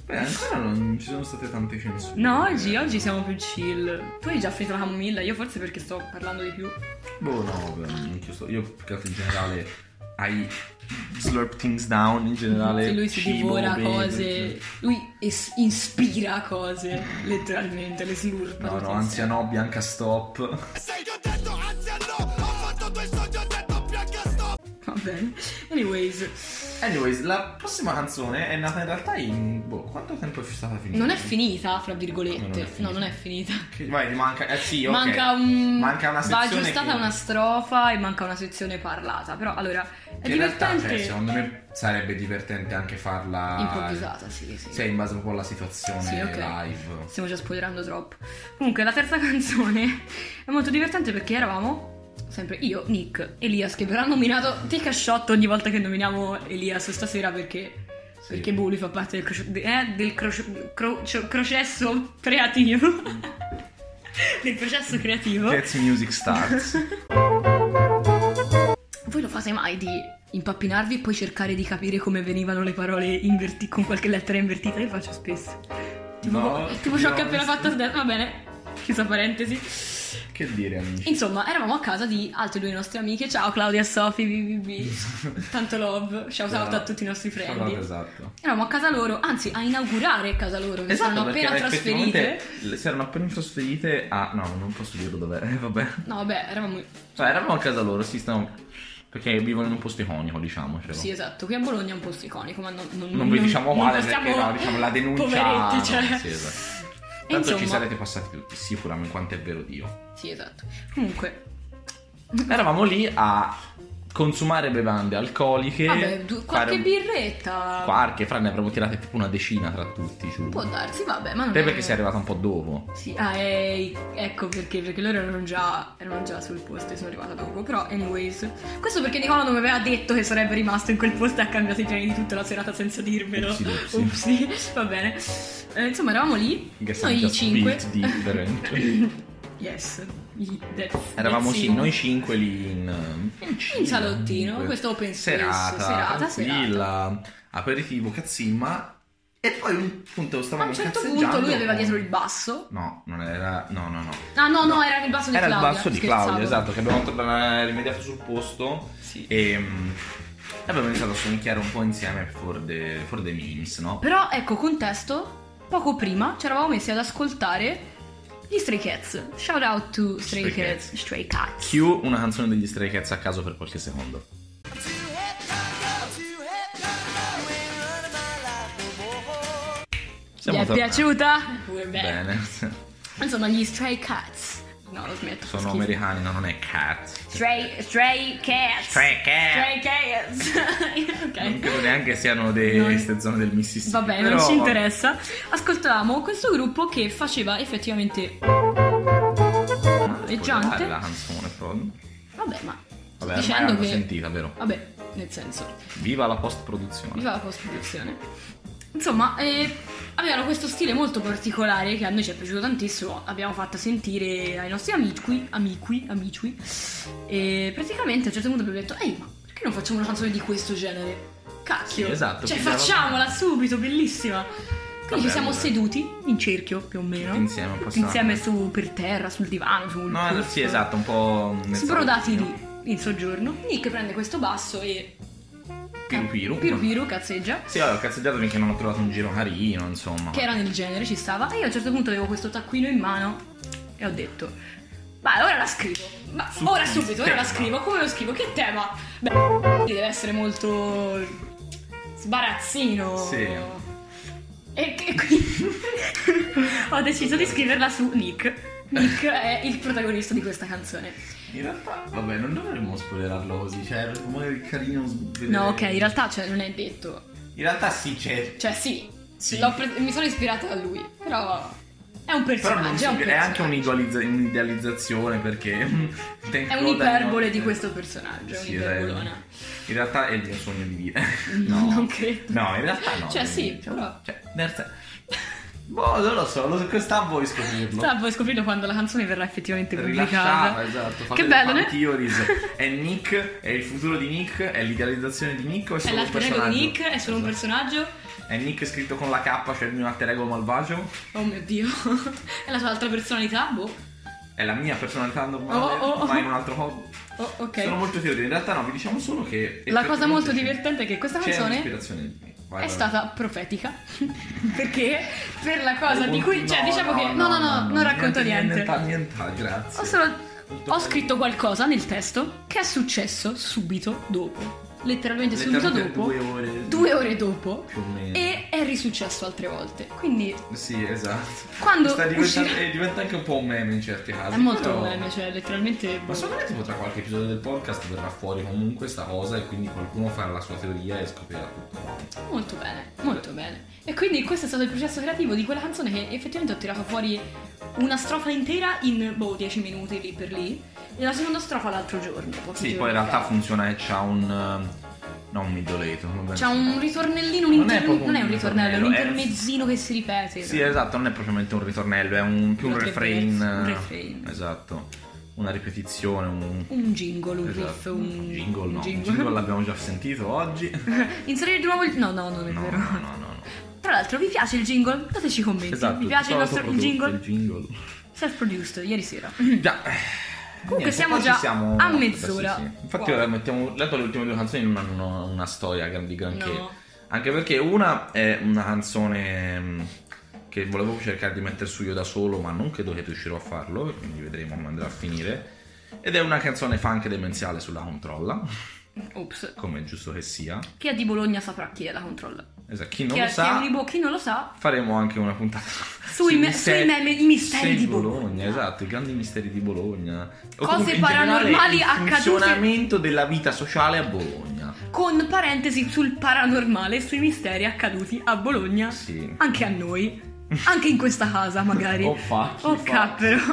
C: Beh, ancora non ci sono state tante censure.
B: No, oggi, oggi siamo più chill. Tu hai già finito la camomilla, io forse perché sto parlando di più.
C: Boh, no, beh, anch'io sto- Io più che altro in generale ai slurp things down in generale.
B: Sì, lui si
C: cibo, cioè,
B: divora
C: bere,
B: cose. Lui es- inspira cose, letteralmente, le slurpa.
C: No,
B: tutte
C: no, ansia
B: insieme.
C: no, bianca stop.
D: Sei io detto, ansia no, ho fatto due sogni, ho detto più che sto
B: Va bene. Anyways,
C: Anyways, la prossima canzone è nata in realtà in. Boh, quanto tempo è stata finita?
B: non è finita, fra
C: Come
B: virgolette.
C: non è finita?
B: No, non è finita.
C: Che- Vai, ti manca. Eh sì, ok.
B: Manca, un...
C: Manca una
B: Va
C: sezione.
B: aggiustata
C: che-
B: una strofa e manca una sezione parlata. Però allora è
C: che in realtà,
B: divertente.
C: cioè, secondo me sarebbe divertente anche farla.
B: Improvvisata, sì, sì.
C: Sì, in base un po' alla situazione
B: Sì, ok.
C: live.
B: Stiamo già spoilerando troppo. Comunque, la terza canzone è molto divertente perché eravamo. Sempre io, Nick, Elias, che verrà nominato take a shot ogni volta che nominiamo Elias stasera perché.
C: Sì.
B: Perché Bully fa parte del, croce- de- eh, del croce- crocio- processo creativo. del processo creativo.
C: That's Music Starts.
B: Voi lo fate mai di impappinarvi e poi cercare di capire come venivano le parole inverti- con qualche lettera invertita? Io lo faccio spesso. Tipo,
C: No,
B: tipo ciò
C: no,
B: che ho appena
C: sì.
B: fatto adesso. Va bene, chiusa parentesi.
C: che dire, amici?
B: Insomma, eravamo a casa di altre due nostre amiche. Ciao Claudia e Sofi, BBB. Tanto love. Shout out
C: Ciao.
B: a tutti i nostri
C: Ciao,
B: friend.
C: Esatto.
B: Eravamo a casa loro, anzi a inaugurare a casa loro, che
C: Esatto,
B: saranno
C: perché
B: appena
C: effettivamente
B: trasferite.
C: le- Si erano appena trasferite a. No, non posso dirlo dov'è. Eh, vabbè.
B: No, vabbè, eravamo.
C: Cioè, eravamo a casa loro, si stanno. Perché vivono in un posto iconico, diciamo, cioè, diciamocelo.
B: Sì, esatto, qui a Bologna è un posto iconico, ma non, non,
C: Non vi diciamo
B: non
C: quale
B: possiamo-
C: perché no, diciamo la denuncia.
B: Poveretti, cioè.
C: no, sì, esatto.
B: E
C: Tanto ci
B: insomma-
C: sarete passati tutti, sicuramente, quanto è vero Dio.
B: Sì, esatto. Comunque,
C: Eravamo lì a consumare bevande alcoliche.
B: vabbè, du- qualche
C: fare un-
B: birretta.
C: Qualche, fra ne avremmo tirate tipo una decina tra tutti, giù.
B: Può darsi, vabbè, ma non
C: Te
B: è-
C: perché sei arrivata un po' dopo.
B: Sì, ah, eh, ecco perché, perché loro erano già, erano già sul posto e sono arrivata dopo. Però, anyways, questo perché Nicola non mi aveva detto che sarebbe rimasto in quel posto e ha cambiato i piani di tutta la serata senza dirmelo.
C: Upsi, dupsi.
B: Upsi, va bene. Eh, insomma, eravamo lì,
C: Che siamo
B: noi
C: già
B: cinque.
C: split different.
B: Yes, i- that's-
C: Eravamo
B: that's
C: sì,
B: it.
C: noi cinque lì in,
B: In salottino, questo open space,
C: serata,
B: serata,
C: tranquilla, aperitivo, cazzimma. E poi un punto
B: A
C: stavamo
B: un certo punto
C: cazzeggiando
B: lui aveva
C: con-
B: dietro il basso.
C: No, non era. No, no, no.
B: Ah, no, no, era il basso di
C: Era il
B: Claudia.
C: basso di Claudio,
B: scherzavo.
C: esatto, che abbiamo tornato- rimediato sul posto.
B: Sì.
C: E mm, abbiamo iniziato a sonicchiare un po' insieme for the, for the memes, no?
B: Però ecco, contesto, poco prima ci eravamo messi ad ascoltare gli Stray Cats. Shout out to Stray,
C: Stray
B: Cats. Stray Cats.
C: Q, una canzone degli Stray Cats a caso per qualche secondo.
D: Two hit, two hit, you ain't running my life no more
B: Mi è
C: tornati.
B: piaciuta? Pure bene.
C: Bene.
B: Insomma, gli Stray Cats. No, lo smetto.
C: Sono
B: schifo.
C: americani, no, non è cats.
B: Stray, stray cats.
C: Stray cats.
B: Stray cats. ok.
C: Non credo neanche siano di
B: Non-
C: queste zone del Mississippi.
B: Vabbè, non
C: però-
B: ci interessa. Ascoltavamo questo gruppo che faceva effettivamente.
C: Poi
B: Leggiante.
C: La canzone, però.
B: Vabbè, ma. sto
C: Vabbè, ormai
B: dicendo
C: l'hanno
B: che.
C: sentita, vero?
B: Vabbè, nel senso.
C: Viva la post-produzione.
B: Viva la costruzione. Insomma, eh, avevano questo stile molto particolare che a noi ci è piaciuto tantissimo. Abbiamo fatto sentire ai nostri amici, amici, amici. E praticamente a un certo punto abbiamo detto: Ehi, ma perché non facciamo una canzone di questo genere? Cacchio!
C: Sì, esatto,
B: Cioè,
C: pigliava-
B: facciamola subito, bellissima! Quindi
C: Vabbè,
B: ci siamo
C: allora.
B: seduti in cerchio più o meno.
C: Tutti insieme,
B: Tutti
C: possiamo-
B: insieme su per terra, sul divano, sul.
C: No,
B: posto.
C: sì, esatto, un po'. nel
B: Sbrodati
C: salottino.
B: lì in soggiorno. Nick prende questo basso e.
C: Piru piru.
B: Piru piru, cazzeggia.
C: Sì, vabbè, ho cazzeggiato finché non ho trovato un giro carino, insomma.
B: che era nel genere, ci stava. E io a un certo punto avevo questo taccuino in mano e ho detto: Ma ora la scrivo. Ma
C: Su
B: ora
C: che
B: subito, ora la
C: tema?"
B: scrivo. Come lo scrivo? Che tema? Beh, deve essere molto sbarazzino.
C: Sì.
B: E, e quindi ho deciso di scriverla su Nick. Nick è il protagonista di questa canzone.
C: In realtà, vabbè, non dovremmo spoilerarlo così. Cioè, era come carino.
B: No, ok, in realtà cioè, non è detto.
C: In realtà sì, c'è.
B: Cioè, sì,
C: Sì.
B: l'ho pre- mi sono ispirata a lui, però è un
C: Però non
B: personaggio.
C: si-
B: è, un
C: è anche
B: personaggio.
C: un'idealizza- un'idealizzazione perché.
B: È un'iperbole di questo personaggio, è
C: Sì,
B: un'iperbolona.
C: In realtà è il mio sogno di vita.
B: Non credo.
C: No, in realtà no.
B: Cioè, sì,
C: Cioè,
B: però-
C: Cioè, nel sen- Boh, non lo so, lo, sta a voi scoprirlo.
B: Sta, poi scoprirlo quando la canzone verrà effettivamente
C: Rilasciava,
B: pubblicata.
C: esatto. fate le
B: Che bello,
C: fan
B: ne?
C: theories. È Nick, è il futuro di Nick, è l'idealizzazione di Nick o è
B: È
C: solo un
B: l'alter ego
C: personaggio?
B: di Nick, è solo un
C: Esatto.
B: personaggio.
C: È Nick scritto con la K, cioè il mio alter ego malvagio.
B: Oh mio dio. è la sua altra personalità, boh.
C: È la mia personalità normale,
B: Oh, oh, oh.
C: ma in un altro hobby.
B: Oh,
C: Sono
B: ok.
C: molto teorie, in realtà no, vi diciamo solo che...
B: La cosa
C: effettivamente
B: molto
C: c'è-
B: divertente è che questa
C: C'è
B: canzone
C: un'ispirazione di Nick. Vai,
B: è
C: vai.
B: stata profetica. Perché per la cosa di
C: No,
B: cui. Cioè, diciamo che. No, no, no, non racconto niente.
C: Niente, niente, grazie.
B: Ho solo.
C: Molto
B: Ho
C: bello.
B: scritto qualcosa nel testo che è successo subito dopo. Letteralmente subito
C: Letteralmente
B: dopo.
C: Due ore.
B: Due ore dopo.
C: Più o meno.
B: E è risuccesso altre volte. Quindi
C: Sì, esatto.
B: Quando
C: Sta diventando-
B: uscirà-
C: eh, diventa anche un po' un meme in certi casi.
B: è molto
C: però-
B: un meme, cioè letteralmente. boh.
C: Ma secondo me tipo tra qualche episodio del podcast verrà fuori comunque sta cosa e quindi qualcuno farà la sua teoria e scoprirà tutto.
B: Molto bene, molto bene. E quindi questo è stato il processo creativo di quella canzone che effettivamente ho tirato fuori una strofa intera in boh 10 minuti lì per lì. E la seconda strofa l'altro giorno. pochi
C: Sì,
B: giorni
C: poi in realtà
B: fa.
C: funziona e c'ha un... eh, no, un midoleto. vabbè.
B: C'è un ritornellino, un
C: Non è
B: inter- non,
C: proprio
B: è un
C: un
B: ritornello, è un
C: ritornello, è-
B: intermezzino che si ripete.
C: Sì, esatto, non è propriamente un ritornello, è un, più un
B: Una tre
C: refrain.
B: versi, un
C: eh,
B: refrain.
C: Esatto. Una ripetizione, un...
B: Un jingle, un riff,
C: esatto,
B: un
C: jingle, no,
B: un
C: un jingle l'abbiamo già sentito oggi.
B: Inserire di nuovo il. No, no, non è
C: No, no,
B: vero.
C: no, no. no.
B: Tra l'altro, vi piace il jingle? Dateci commenti.
C: Esatto,
B: vi piace il
C: tutto
B: nostro il jingle?
C: autoprodotto, il jingle.
B: Self-produced, ieri sera.
C: Già. Comunque
B: siamo già a mezz'ora.
C: Infatti
B: Wow.
C: ora mettiamo, dato le ultime due canzoni non hanno una storia gran- di granché.
B: No.
C: Anche perché una è una canzone mh, che volevo cercare di mettere su io da solo, ma non credo che riuscirò a farlo, e quindi vedremo come andrà a finire. Ed è una canzone funk demenziale sulla controlla,
B: Ops.
C: come è giusto che sia.
B: Chi è di Bologna saprà chi è la controlla.
C: Esatto, chi non
B: Chi
C: lo
B: è, chi è
C: sa,
B: Unibo, chi non lo sa,
C: faremo anche una puntata
B: Sui me- sui meme- i misteri
C: sui
B: di Bologna.
C: Esatto, i grandi misteri di Bologna. O
B: Cose
C: comunque, in
B: paranormali
C: generale, il
B: accadute.
C: Funzionamento della vita sociale a Bologna.
B: con parentesi sul paranormale e sui misteri accaduti a Bologna.
C: Sì.
B: Anche a noi. Anche in questa casa, magari.
C: Oh, facci,
B: Oh,
C: facci.
B: cappero.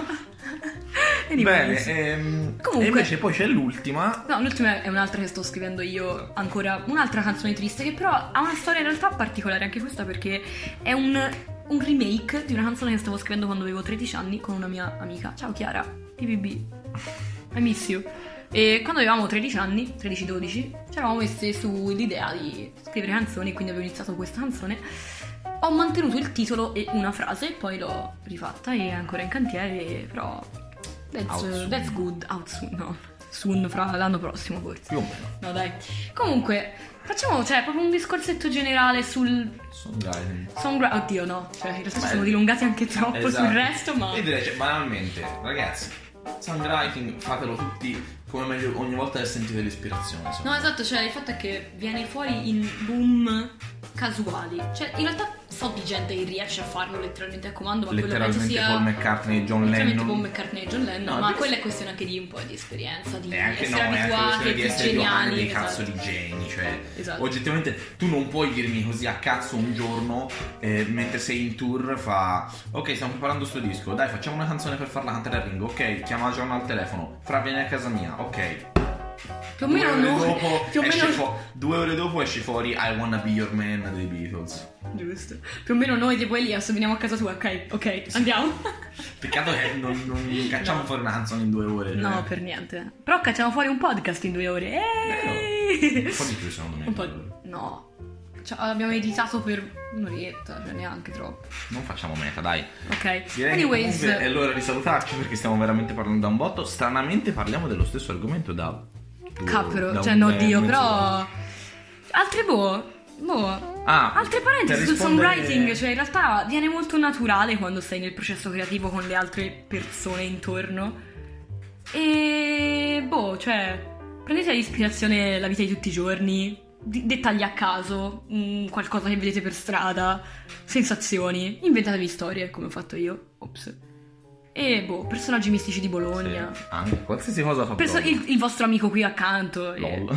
C: Bene,
B: Anyways.
C: ehm,
B: Comunque-
C: e invece poi c'è l'ultima.
B: No, l'ultima è un'altra che sto scrivendo io, ancora un'altra canzone triste che però ha una storia in realtà particolare anche questa perché è un, un remake di una canzone che stavo scrivendo quando avevo 13 anni con una mia amica. Ciao Chiara, TVB, I miss you. E quando avevamo 13 anni, 13-12, ci eravamo messe sull'idea di scrivere canzoni, quindi avevo iniziato questa canzone. Ho mantenuto il titolo e una frase, poi l'ho rifatta e è ancora in cantiere, però...
C: Out
B: That's,
C: soon.
B: that's good, out soon, ah, no. Soon, fra l'anno prossimo forse.
C: Più o meno.
B: No, dai. Comunque, facciamo, cioè, proprio un discorsetto generale sul
C: Songwriting.
B: songwriting. Oddio, no. Cioè, in realtà ci
C: Beh,
B: siamo dilungati anche troppo sul
C: Esatto.
B: resto, ma...
C: Io direi, cioè, banalmente, ragazzi, songwriting fatelo tutti come meglio ogni volta che sentite l'ispirazione. insomma.
B: No, esatto, cioè, il fatto è che viene fuori in boom casuali. Cioè, in realtà so di gente che riesce a farlo letteralmente a comando, ma quello penso
C: Letteralmente
B: sia
C: Paul McCartney e John
B: letteralmente
C: Lennon.
B: Paul McCartney e John Lennon,
C: No,
B: ma
C: di-
B: quella è questione anche di un po' di esperienza, di
C: E anche no,
B: essere
C: è anche
B: abituati,
C: questione di essere due
B: geniali,
C: dei
B: esatto.
C: cazzo di geni, cioè
B: Esatto.
C: oggettivamente tu non puoi dirmi così a cazzo un giorno eh, mentre sei in tour fa ok stiamo preparando sto disco, dai facciamo una canzone per farla cantare a Ringo, ok chiama John al telefono, fra vieni a casa mia, ok
B: Più o meno
C: due ore
B: no,
C: dopo,
B: più o
C: esce
B: meno
C: fu- due ore dopo esci fuori I Wanna Be Your Man dei Beatles.
B: Giusto. Più o meno noi tipo Elias veniamo a casa tua, ok? Ok, andiamo.
C: Peccato che non, non cacciamo fuori una canzone in due ore. cioè.
B: no, per niente. Però cacciamo fuori un podcast in due ore. Ehi!
C: Un po' di più secondo me.
B: Un po' di- No. Cioè, abbiamo editato per un'oretta, cioè neanche troppo.
C: Non facciamo meta, dai.
B: Ok.
C: Direi che
B: Anyways,
C: comunque è l'ora di salutarci perché stiamo veramente parlando da un botto. Stranamente parliamo dello stesso argomento da. due- da
B: capro,
C: un-
B: cioè no
C: eh,
B: Dio,
C: mezz'ora.
B: però altri boh, boh.
C: Ah,
B: Altre parentesi
C: per
B: sul
C: rispondere-
B: songwriting, cioè in realtà viene molto naturale quando stai nel processo creativo con le altre persone intorno. E boh, cioè, prendete ad ispirazione la vita di tutti i giorni, di- dettagli a caso, mm, qualcosa che vedete per strada, sensazioni, inventatevi storie come ho fatto io. Ops. E boh, personaggi mistici di Bologna.
C: Sì, anche qualsiasi cosa fa.
B: Perso-
C: blog.
B: il, il vostro amico qui accanto. e-
C: Lol.